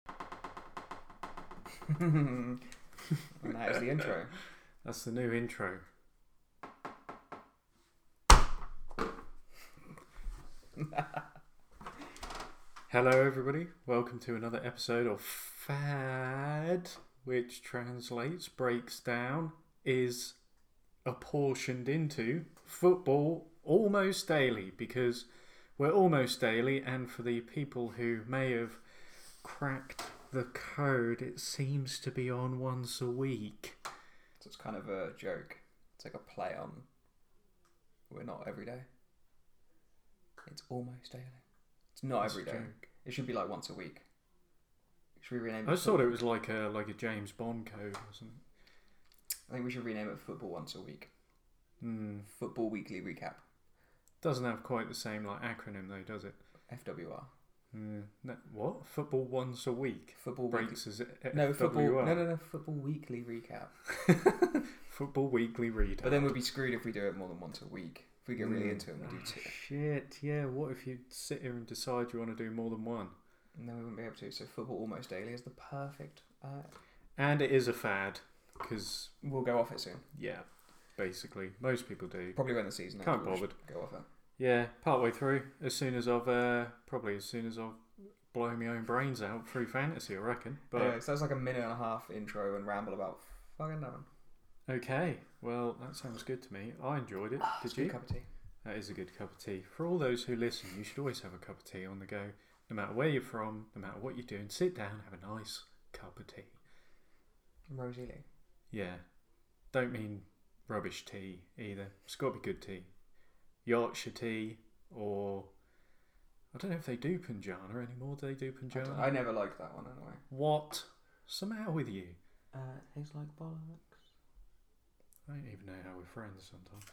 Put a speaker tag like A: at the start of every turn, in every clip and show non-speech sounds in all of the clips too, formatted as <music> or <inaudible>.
A: <laughs> and that is the intro.
B: That's the new intro. Hello, everybody. Welcome to another episode of FAD, which translates, breaks down, is apportioned into football almost daily because we're almost daily, and for the people who may have cracked the code, it seems to be on once a week.
A: So it's kind of a joke. It's like a play on. We're not every day. It's almost daily. It's not
B: That's
A: every
B: a
A: day.
B: joke.
A: It should be like once a week. Should we rename
B: I
A: it?
B: just thought it was like a like a James Bond code or something.
A: I think we should rename it football once a week.
B: Hmm.
A: Football weekly recap.
B: Doesn't have quite the same like acronym though, does it?
A: FWR.
B: Hmm. No, what football once a week
A: Football weekly.
B: breaks as FWR.
A: No football. No, no, no. Football weekly recap.
B: <laughs> Football weekly reader.
A: But then we'd be screwed if we do it more than once a week. If we get really into it, we do two.
B: Hmm. Oh, Shit, yeah. What if you sit here and decide you want to do more than one?
A: And then we wouldn't be able to. So football almost daily is the perfect. Uh,
B: And it is a fad, because
A: we'll go off it soon.
B: yeah, basically most people do.
A: Probably when the season. ends,
B: Can't
A: we'll
B: bother.
A: just Go off it.
B: Yeah, partway through, as soon as I've uh, probably as soon as I've blown my own brains out through fantasy, I reckon. But
A: anyway, so that's like a minute and a half intro and ramble about fucking nothing.
B: Okay, well, that sounds good to me. I enjoyed it.
A: Oh, It's a good
B: Did you?
A: cup of tea.
B: That is a good cup of tea. For all those who listen, you should always have a cup of tea on the go. No matter where you're from, no matter what you're doing, sit down, have a nice cup of tea.
A: Rosie Lee.
B: Yeah. Don't mean rubbish tea either. It's got to be good tea. Yorkshire tea, or. I don't know if they do Punjana anymore. Do they do
A: I don't-
B: Punjana?
A: I never liked that one anyway.
B: What? Somehow with you.
A: Uh, tastes like bollocks.
B: I don't even know how we're friends sometimes.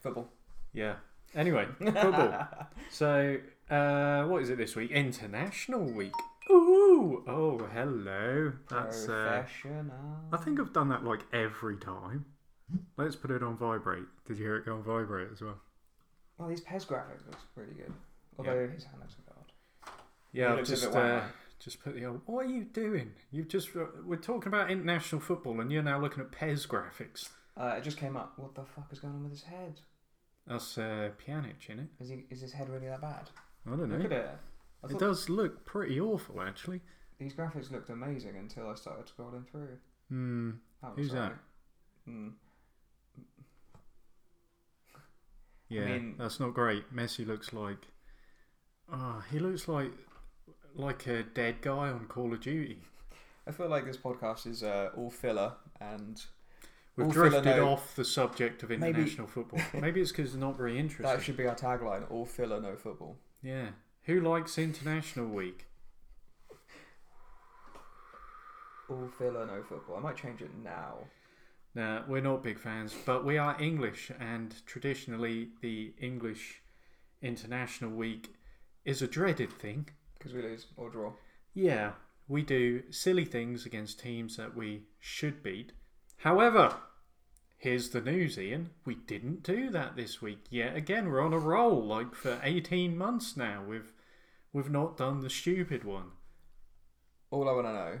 A: Football.
B: Yeah.
A: <laughs>
B: Anyway, <laughs> football. So, uh, what is it this week? International week. Ooh! Oh, hello. That's. Uh,
A: Professional.
B: I think I've done that like every time. Let's put it on vibrate. Did you hear it go on vibrate as well?
A: Oh, these Pez graphic looks really good. Although his hand looks a bit odd. It
B: Yeah, I've
A: looks a bit
B: just
A: whack,
B: uh,
A: right?
B: just put the old. What are you doing? You've just uh, we're talking about international football, and you're now looking at Pez graphics.
A: Uh, it just came up. What the fuck is going on with his head?
B: That's uh, Pjanic, is it?
A: Is he? Is his head really that bad?
B: I don't
A: Look at
B: know.
A: it. I
B: It
A: thought
B: does look pretty awful, actually.
A: these graphics looked amazing until I started scrolling through.
B: Hmm.
A: That looks
B: Who's that?
A: alright. Hmm.
B: Yeah,
A: mean-
B: that's not great. Messi looks like, ah, he looks like like a dead guy on Call of Duty.
A: I feel like this podcast is uh, all filler and
B: We've
A: All filler,
B: drifted
A: no-
B: off the subject of
A: Maybe- <laughs>
B: international football. Maybe it's because it's not very interesting.
A: That should be our tagline: all filler, no football.
B: Yeah, who likes International Week?
A: All filler, no football. I might change it now.
B: Nah, we're not big fans, but we are English, and traditionally the English International Week is a dreaded thing.
A: Because we lose or draw.
B: Yeah, we do silly things against teams that we should beat. However, here's the news, Ian. We didn't do that this week. Yet again, we're on a roll. Like for 18 months now, we've we've not done the stupid one.
A: All I want to know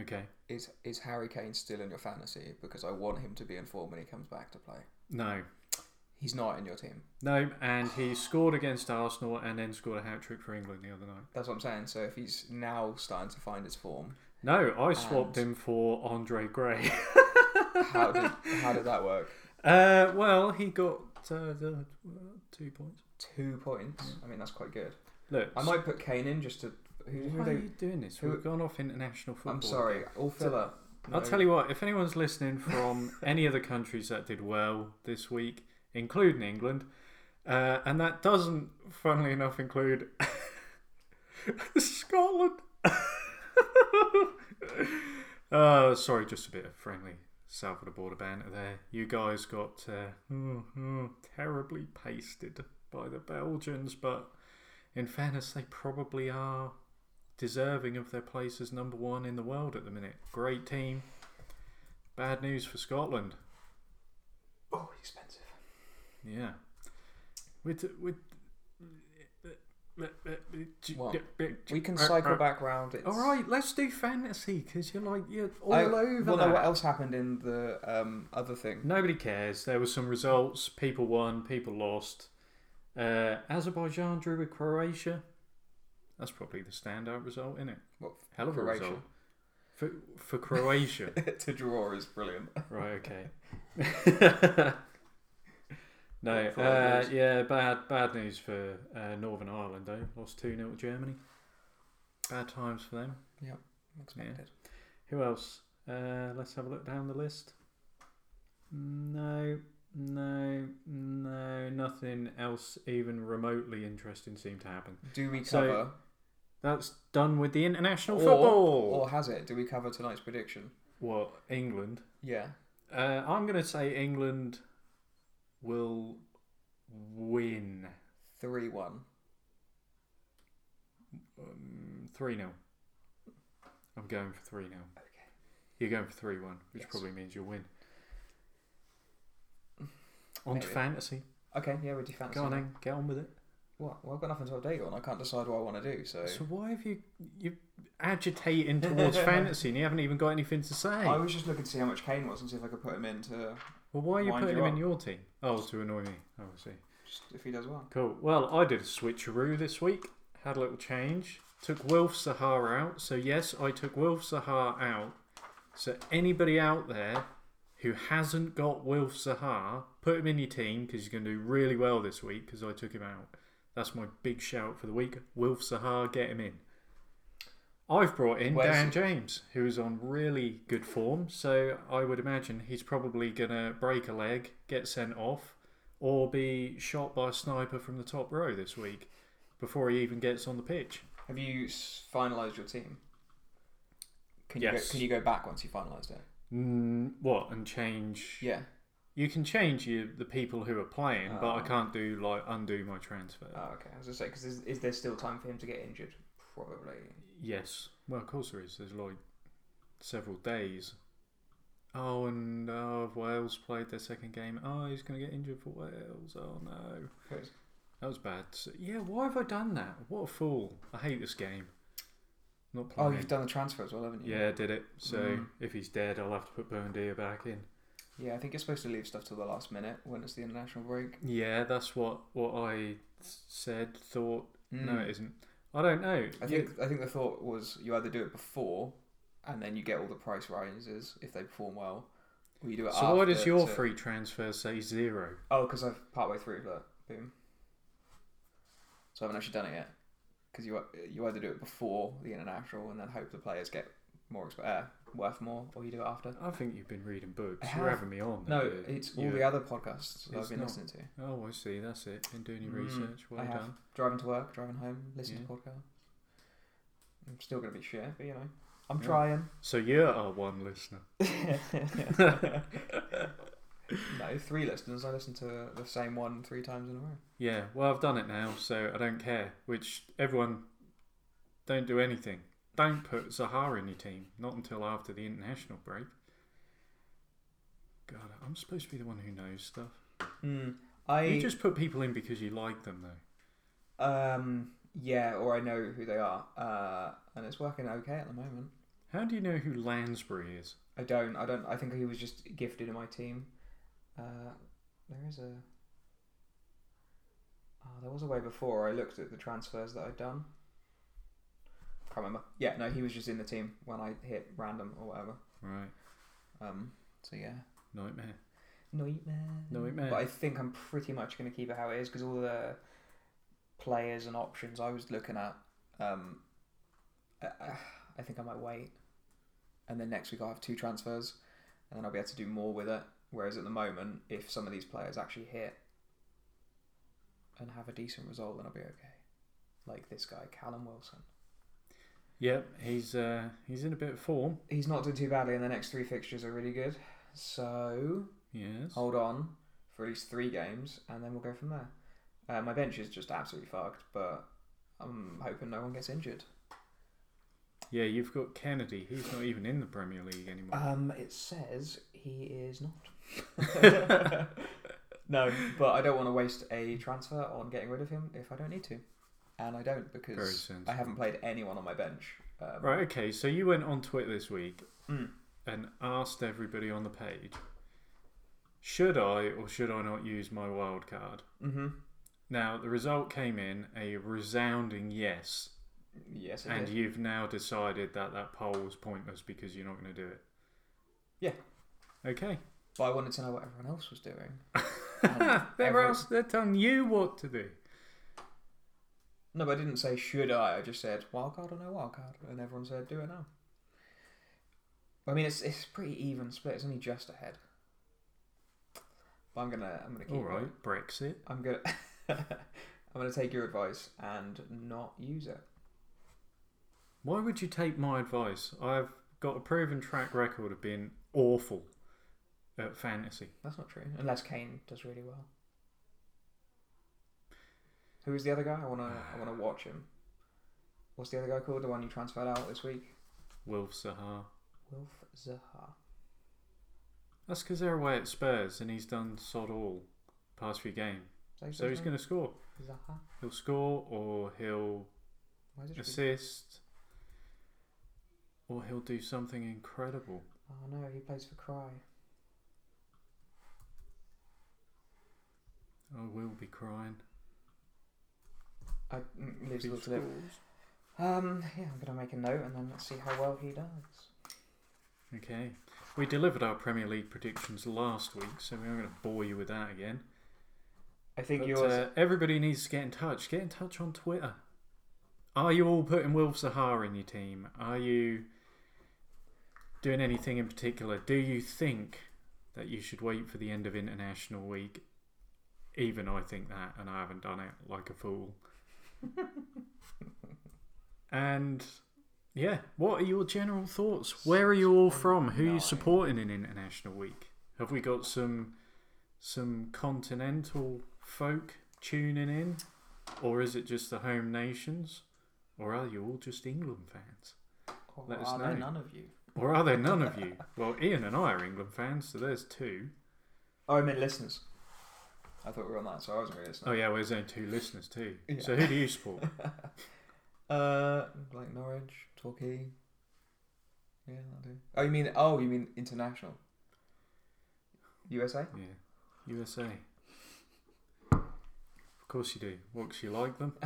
B: Okay.
A: is is Harry Kane still in your fantasy? Because I want him to be in form when he comes back to play.
B: No.
A: He's not in your team.
B: No, and he scored against Arsenal and then scored a hat trick for England the other night.
A: That's what I'm saying. So if he's now starting to find his form,
B: No, I swapped him for Andre Gray. <laughs>
A: how <laughs> did how did that work?
B: uh, well, he got uh, the, two points.
A: Two points. I mean, that's quite good.
B: Look,
A: I might put Kane in just to. Who, who
B: Why
A: they,
B: are you doing this?
A: who-
B: We've gone off international football.
A: I'm sorry. All filler.
B: I'll tell you what, if anyone's listening from <laughs> any of the countries that did well this week, including England, uh, and that doesn't, funnily enough, include <laughs> Scotland. <laughs> uh, sorry, just a bit of friendly Salvador border banter there. You guys got uh, mm, mm, terribly pasted by the Belgians, but in fairness, they probably are deserving of their place as number one in the world at the minute. Great team. Bad news for Scotland.
A: Oh, expensive.
B: Yeah. With with
A: Well, We can cycle back round. It's...
B: uh, All right, let's do fantasy because you're like you're all
A: I-
B: over
A: well,
B: that.
A: no, what else happened in the um, other thing?
B: <laughs>
A: <laughs>
B: Nobody cares. There were some results. People won. People lost. Uh, Azerbaijan drew with Croatia. That's probably the standout result, isn't it?
A: Well,
B: Hell of
A: Croatia.
B: a result for for Croatia.
A: to draw is brilliant.
B: right. Okay. <laughs> no.
A: What Croatia
B: Uh,
A: is.
B: yeah. Bad. Bad news for uh, Northern Ireland though. Lost two 0 to Germany. Bad times for them.
A: Expected.
B: Who else? Uh, let's have a look down the list. No, no, no, nothing else even remotely interesting seemed to happen.
A: Do we
B: So,
A: cover
B: That's done with the international
A: Or-
B: football.
A: or has it? Do we cover tonight's prediction?
B: Well, England.
A: Yeah.
B: Uh, I'm going to say England will win
A: Three one.
B: um, 3 0. I'm going for 3 0.
A: Okay.
B: You're going for 3 1, which
A: Yes.
B: probably means you'll
A: <sighs>
B: win. On to
A: Maybe.
B: fantasy.
A: Okay, yeah, we do fancy.
B: Go on,
A: that.
B: then. Get on with it.
A: What? Well, I've got nothing to update you on. I can't decide what I want to do. So,
B: So why have you you agitating
A: <laughs>
B: towards fantasy and you haven't even got anything to say?
A: I was just looking to see how much Kane was and see if I could put him into
B: well, why are you
A: wind
B: putting
A: you
B: him in
A: up.
B: your team? Oh, to annoy me. Oh, I see.
A: just if he does well.
B: Cool. Well, I did a switcheroo this week. Had a little change. Took Wilf Sahar out. So yes, I took Wilf Sahar out. So anybody out there who hasn't got Wilf Sahar, put him in your team because he's going to do really well this week because I took him out. That's my big shout for the week. Wilf Sahar, get him in. I've brought in
A: Where's-
B: Dan James, who's on really good form, so I would imagine he's probably going to break a leg, get sent off, or be shot by a sniper from the top row this week before he even gets on the pitch.
A: Have you s- finalised your team? Can You
B: Yes.
A: go, can you go back once you finalised it?
B: Mm, what and change?
A: Yeah.
B: You can change your, the people who are playing, but I
A: Oh.
B: can't do like undo my transfer.
A: Oh, okay. I was just say because is, is there still time for him to get injured? Probably.
B: Yes. Well, of course there is. There's like several days. Oh, and uh, Wales played their second game. Oh, he's going to get injured for Wales. Oh, no.
A: Good.
B: That was bad. So, yeah, why have I done that? What a fool. I hate this game. Not
A: Oh,
B: playing.
A: you've done the transfer as well, haven't you?
B: Yeah, I did it. So
A: Mm.
B: if he's dead, I'll have to put Bondia back in.
A: Yeah, I think you're supposed to leave stuff till the last minute when it's the international break.
B: Yeah, that's what, what I said, thought. No,
A: Mm.
B: it isn't. I don't know.
A: I
B: You-
A: think I think the thought was you either do it before, and then you get all the price rises if they perform well, or you do it.
B: so why does
A: after
B: your
A: to-
B: free transfer say zero?
A: Oh, because I've partway through that. Boom. So I haven't actually done it yet. Because you you either do it before the international and then hope the players get more exp- uh, worth more, or you do it after.
B: I think you've been reading books.
A: I
B: You're
A: have.
B: having me on.
A: No,
B: uh,
A: it's all
B: yeah.
A: the other podcasts that
B: It's
A: I've been
B: not.
A: listening to.
B: Oh, I see. That's it. Been doing your
A: Mm,
B: research. Well
A: I have
B: done.
A: driving to work, driving home, listening
B: Yeah.
A: to podcasts. I'm still gonna be shit, but you know, I'm
B: Yeah.
A: trying.
B: <laughs>
A: <laughs>
B: So you're our one listener.
A: no, three listeners. I listen to the same one three times in a row.
B: Yeah. Well, I've done it now, so I don't care. Which everyone, don't do anything. Don't put Zahar in your team. Not until after the international break. God, I'm supposed to be the one who knows stuff.
A: Hmm. I
B: You just put people in because you like them, though.
A: Um, yeah, or I know who they are, uh, and it's working okay at the moment.
B: How do you know who Lansbury is?
A: I don't, I don't. I think he was just gifted in my team. Uh, there is a. Oh, there was a way before I looked at the transfers that I'd done. Can't remember. Yeah, no, he was just in the team when I hit random or whatever.
B: Right.
A: Um, so yeah.
B: Nightmare.
A: Nightmare.
B: Nightmare.
A: But I think I'm pretty much going to keep it how it is because all the players and options I was looking at, um, I, I- I think I might wait. And then next week I'll have two transfers and then I'll be able to do more with it. Whereas at the moment, if some of these players actually hit and have a decent result, then I'll be okay. Like this guy, Callum Wilson.
B: Yep. He's uh he's in a bit of form.
A: He's not doing too badly, and the next three fixtures are really good. So
B: Yes.
A: hold on for at least three games, and then we'll go from there. Uh, my bench is just absolutely fucked, but I'm hoping no one gets injured.
B: Yeah, you've got Kennedy. He's not even in the Premier League anymore.
A: Um, it says he is <laughs> not. no, but I don't want to waste a transfer on getting rid of him if I don't need to. and I don't
B: Very
A: because
B: sensible.
A: I haven't played anyone on my bench. Um,
B: Right, okay, so you went on Twitter this week
A: Mm.
B: and asked everybody on the page, should I or should I not use my wild card?
A: hmm
B: Now, the result came in a resounding yes,
A: Yes, I
B: and
A: did.
B: you've now decided that that poll was pointless because you're not going to do it.
A: Yeah.
B: Okay.
A: But I wanted to know what everyone else was
B: <laughs>
A: doing.
B: They're,
A: Um, every-
B: else, they're telling you what to do.
A: No, but I didn't say should I. I just said wildcard or no wildcard, and everyone said do it now. I mean, it's it's pretty even split. It's only just ahead. But I'm gonna I'm gonna keep.
B: All right, Brexit.
A: I'm gonna <laughs> I'm gonna take your advice and not use it.
B: Why would you take my advice? I've got a proven track record of being awful at fantasy.
A: That's not true. Unless Kane does really well. Who is the other guy? I wanna I
B: <sighs>
A: wanna watch him. What's the other guy called? The one you transferred out this week?
B: Wilf Sahar.
A: Wilf Zaha.
B: That's because they're away at Spurs and he's done sod all past few games.
A: Is that his
B: So he's
A: first name?
B: going to score.
A: Zaha.
B: He'll score or he'll
A: Why is it? just-
B: assist or he'll do something incredible.
A: Oh no, he plays for Cry.
B: I will be crying.
A: I mm,
B: if
A: lives
B: he
A: a little bit.
B: scores.
A: Um, yeah, I'm gonna make a note and then let's see how well he does.
B: Okay. We delivered our Premier League predictions last week, so we're not going to bore you with that again.
A: I think
B: But,
A: yours.
B: uh, everybody needs to get in touch. Get in touch on Twitter. Are you all putting Wilf Sahar in your team? Are you doing anything in particular? Do you think that you should wait for the end of international week? Even I think that, and I haven't done it like a fool. and yeah, what are your general thoughts? Where are you all from? Who are you
A: Nine.
B: supporting in international week? Have we got some some continental folk tuning in, or is it just the home nations, or are you all just England fans?
A: or
B: let us
A: are there
B: know.
A: none of you?
B: Or are there none of you? Well, Ian and I are England fans, so there's two.
A: Oh, I meant listeners. I thought we were on that, so I wasn't really
B: Oh
A: listening.
B: yeah, well, there's only two listeners too.
A: Yeah.
B: So who do you support?
A: <laughs> Uh, like Norwich, Torquay. Yeah, I do. Oh, you mean? Oh, you mean international?
B: <laughs>
A: USA?
B: yeah, USA. Of course you do. What 'cause you
A: <laughs>
B: like them?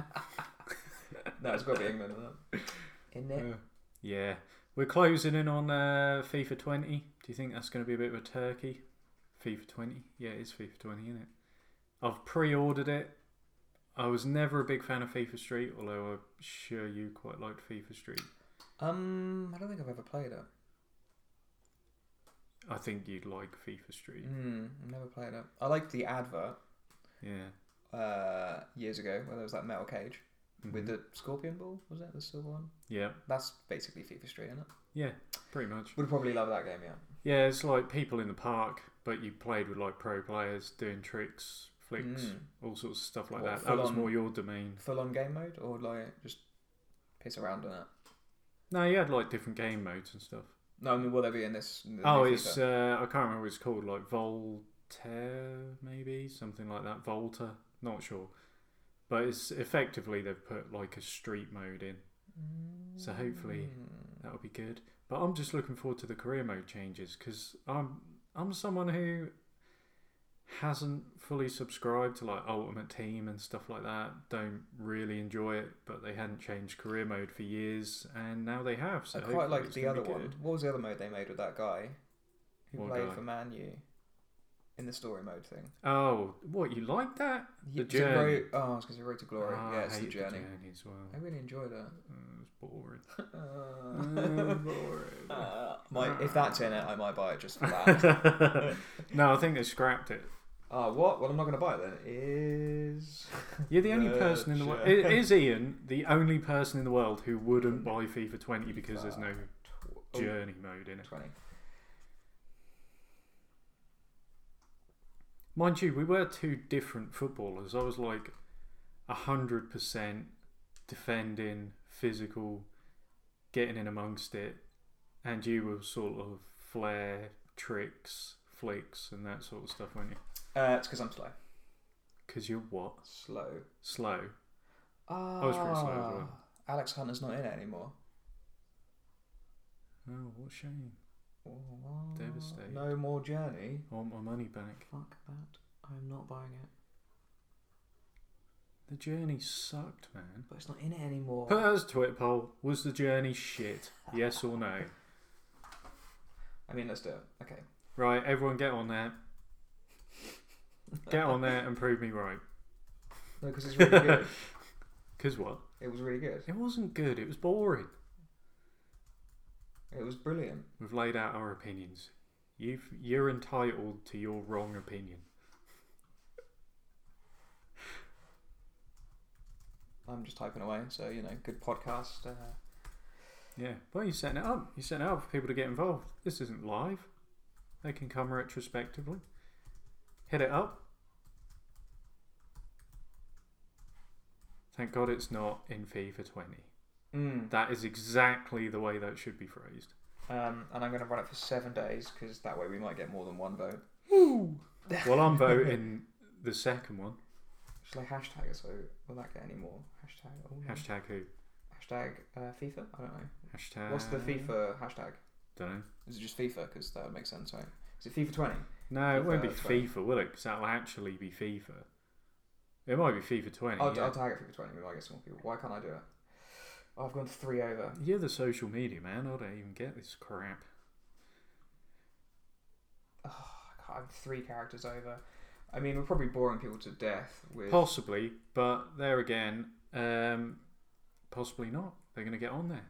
A: No, it's got to be England, isn't it? Isn't it?
B: Uh, yeah, we're closing in on uh, FIFA 20. Do you think that's going to be a bit of a turkey? FIFA 20? Yeah, it is FIFA 20, isn't it? I've pre ordered it. I was never a big fan of FIFA Street, although I'm sure you quite liked FIFA Street.
A: Um, I don't think I've ever played it.
B: I think you'd like FIFA Street.
A: Mm, I've never played it. I liked the advert
B: Yeah.
A: uh, years ago where there was that metal cage with
B: Mhm.
A: the scorpion ball. Was it the silver one?
B: Yeah,
A: That's basically FIFA Street, isn't it?
B: yeah, pretty much.
A: Would probably love that game, yeah.
B: Yeah, it's like people in the park, but you played with like pro players doing tricks, flicks,
A: Mm.
B: all sorts of stuff like
A: What,
B: that. That was
A: full-on-
B: more your domain.
A: Full on game mode or like just piss around in it?
B: No, you had like different game modes and stuff.
A: No, I mean, will there be in this? in the
B: Oh,
A: new
B: it's
A: FIFA?
B: uh, I can't remember what it's called, like Voltaire, maybe something like that. Volta, not sure, but it's effectively they've put like a street mode in. so hopefully-
A: Mm.
B: That'll be good. But I'm just looking forward to the career mode changes because I'm I'm someone who hasn't fully subscribed to like Ultimate Team and stuff like that. Don't really enjoy it, but they hadn't changed career mode for years, and now they have. So
A: I quite
B: hopefully
A: like
B: it's
A: the
B: gonna be
A: other one.
B: good.
A: What was the other mode they made with that guy who
B: What
A: played
B: guy?
A: for Man U in the story mode thing?
B: Oh, what you like that? The
A: Is it
B: Journey.
A: Road- oh, it's because he wrote to glory.
B: Ah,
A: yeah,
B: I
A: it's the
B: hate
A: journey. <laughs>
B: as well.
A: I really enjoyed
B: <laughs>
A: it.
B: Mm, it's
A: <laughs>
B: boring.
A: Uh,
B: Mm, boring.
A: uh, might- if that's in it, I might buy it just for that.
B: <laughs> no, I think they scrapped it.
A: Ah, what? Well, I'm not going to buy it then. Is
B: You're the only person in the world.
A: Roger.
B: Is Ian the only person in the world who wouldn't buy FIFA 20 because there's no
A: Oh,
B: journey mode in it?
A: 20.
B: Mind you, we were two different footballers. I was like 100% defending, physical, getting in amongst it, and you were sort of flair, tricks, flicks, and that sort of stuff, weren't you?
A: Uh, it's because I'm slow.
B: Because you're what?
A: Slow.
B: Slow.
A: Ah,
B: was pretty slow as well.
A: Alex Hunter's not in it anymore.
B: Oh, what a shame.
A: What?
B: Devastated.
A: No more Journey.
B: I want my money back.
A: Fuck that. I'm not buying it.
B: The journey sucked, man.
A: But it's not in it anymore.
B: Put out as a Twitter poll. Was the journey shit? Yes or no?
A: I mean, let's do it. Okay.
B: Right, everyone get on that. Get on there and prove me right.
A: No, because it's really
B: <laughs>
A: good.
B: Because what?
A: It was really good.
B: It wasn't good. It was boring.
A: It was brilliant.
B: We've laid out our opinions. You've, you're entitled to your wrong opinion.
A: I'm just typing away, so you know, good podcast. Uh,
B: Yeah. Well, you're setting it up. You're setting it up for people to get involved. This isn't live. They can come retrospectively. Hit it up. Thank God it's not in FIFA 20.
A: mm.
B: That is exactly the way that should be phrased.
A: um, and I'm going to run it for seven days because that way we might get more than one vote.
B: Well,
A: <laughs>
B: I'm voting the second one.
A: Shall I hashtag it so will that get any more? Hashtag. Oh, no.
B: Hashtag who?
A: Hashtag uh, FIFA? I don't know.
B: Hashtag.
A: What's the FIFA hashtag?
B: Don't know.
A: Is it just FIFA? Because that would make sense, right? Is it FIFA 20?
B: No, it won't be
A: FIFA 20.
B: FIFA, will it? Because that'll actually be FIFA. It might be FIFA 20.
A: I'll,
B: yeah.
A: I'll tag it FIFA 20. We might get some more people. Why can't I do it? Oh, I've gone three over.
B: You're the social media man. I don't even get this crap.
A: I can't- I'm three characters over. I mean, we're probably boring people to death with.
B: Possibly, but there again, um, possibly not. They're going to get on there.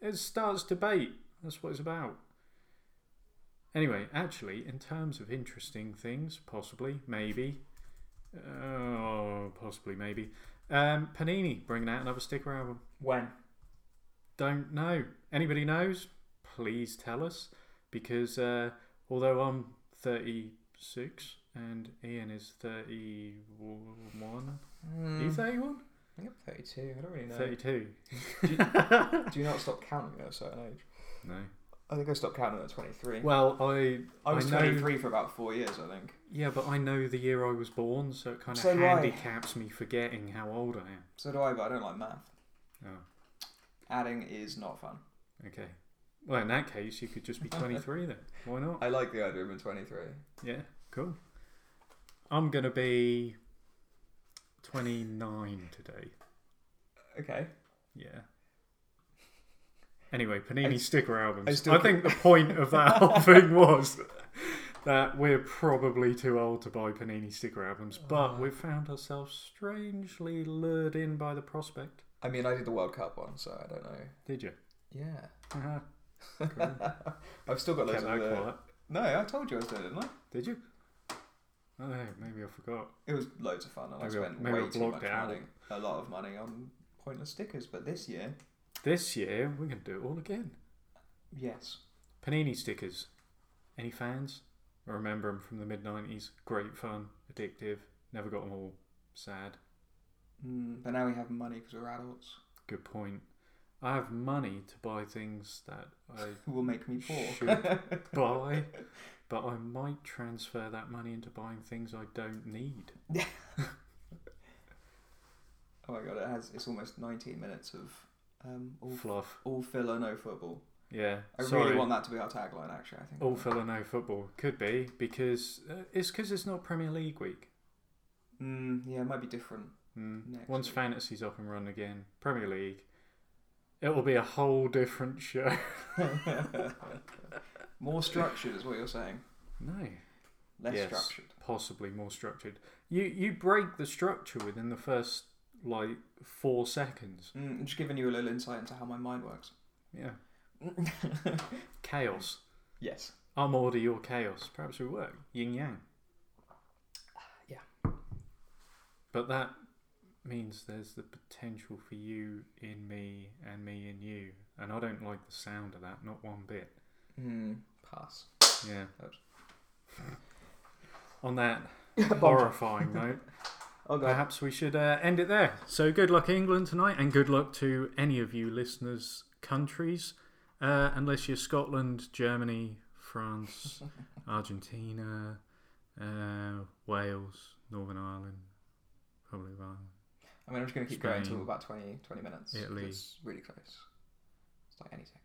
B: It starts debate. That's what it's about. Anyway, actually, in terms of interesting things, possibly, maybe, oh, possibly, maybe, um, Panini bringing out another sticker album.
A: when?
B: Don't know. Anybody knows? Please tell us, because uh, although I'm 36 and Ian is 31, are you
A: Mm,
B: 31?
A: I think I'm 32. I don't really know.
B: 32.
A: Do you not stop counting at a certain age?
B: No.
A: I think I stopped counting at 23.
B: Well, I
A: I was
B: I know-
A: 23 for about four years, I think.
B: yeah, but I know the year I was born, so it kind of
A: So do I.
B: handicaps me forgetting how old I am.
A: So do I, but I don't like math.
B: Oh,
A: Adding is not fun.
B: okay. Well, in that case, you could just <laughs> be 23 then. Why not?
A: I like the idea of being 23.
B: Yeah, <laughs> cool. I'm gonna be 29 today.
A: Okay.
B: Yeah. Anyway, Panini
A: I-
B: sticker albums.
A: I
B: I,
A: still
B: think the point of
A: <laughs>
B: that whole thing was that we're probably too old to buy Panini sticker albums, but
A: Uh.
B: we've found ourselves strangely lured in by the prospect.
A: I mean, I did the World Cup one, so I don't know.
B: Did you?
A: Yeah.
B: Uh-huh.
A: <laughs> I've still got loads
B: Kept
A: of
B: that
A: the...
B: quiet.
A: No, I told you I was doing it, didn't I?
B: Did you? Oh, maybe I forgot.
A: It was loads of fun, and I
B: Maybe I-
A: spent
B: maybe I
A: way too
B: blocked
A: much
B: it out.
A: money, a lot of money on pointless stickers. But this year,
B: This year, we're going to do it all again.
A: yes,
B: Panini stickers. Any fans? I remember them from the mid 90s. Great fun, addictive. Never got them all. Sad.
A: mm, but now we have money because we're adults.
B: Good point. I have money to buy things that I <laughs>
A: Who will make me <laughs> poor? Oh
B: should buy, but I might transfer that money into buying things I don't need.
A: oh my god, it has. It's almost 19 minutes of um, all
B: Fluff.
A: all filler, no football.
B: Yeah.
A: I
B: Sorry.
A: really want that to be our tagline. Actually, I think.
B: All fella no football could be because uh, it's because it's not Premier League week.
A: Mm, yeah, it might be different.
B: Mm.
A: Next
B: Once
A: week.
B: fantasy's up and run again, Premier League, it will be a whole different <laughs> show.
A: <laughs> More structured is what you're saying.
B: no,
A: Less
B: Yes.
A: structured.
B: possibly more structured. You you break the structure within the first like four seconds.
A: Mm, I'm just giving you a little insight into how my mind works. <laughs>
B: Yeah. Chaos.
A: yes.
B: I'm order your chaos. Perhaps we work. Yin yang.
A: Yeah.
B: But that means there's the potential for you in me and me in you. And I don't like the sound of that, not one bit.
A: Mm, <laughs> pass.
B: Yeah.
A: Oops.
B: <laughs> On that horrifying note,
A: Oh god.
B: perhaps we should uh, end it there. So good luck England tonight, and good luck to any of you listeners' countries, uh, unless you're Scotland, Germany, France, Argentina, uh, Wales, Northern Ireland, probably Ireland.
A: I mean, I'm just going to keep going until
C: Spain,
A: about 20, 20 minutes. 'cause
C: Italy.
A: It's really close. It's like ah, anything.